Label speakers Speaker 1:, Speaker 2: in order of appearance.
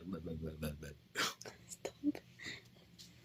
Speaker 1: blah, blah, blah.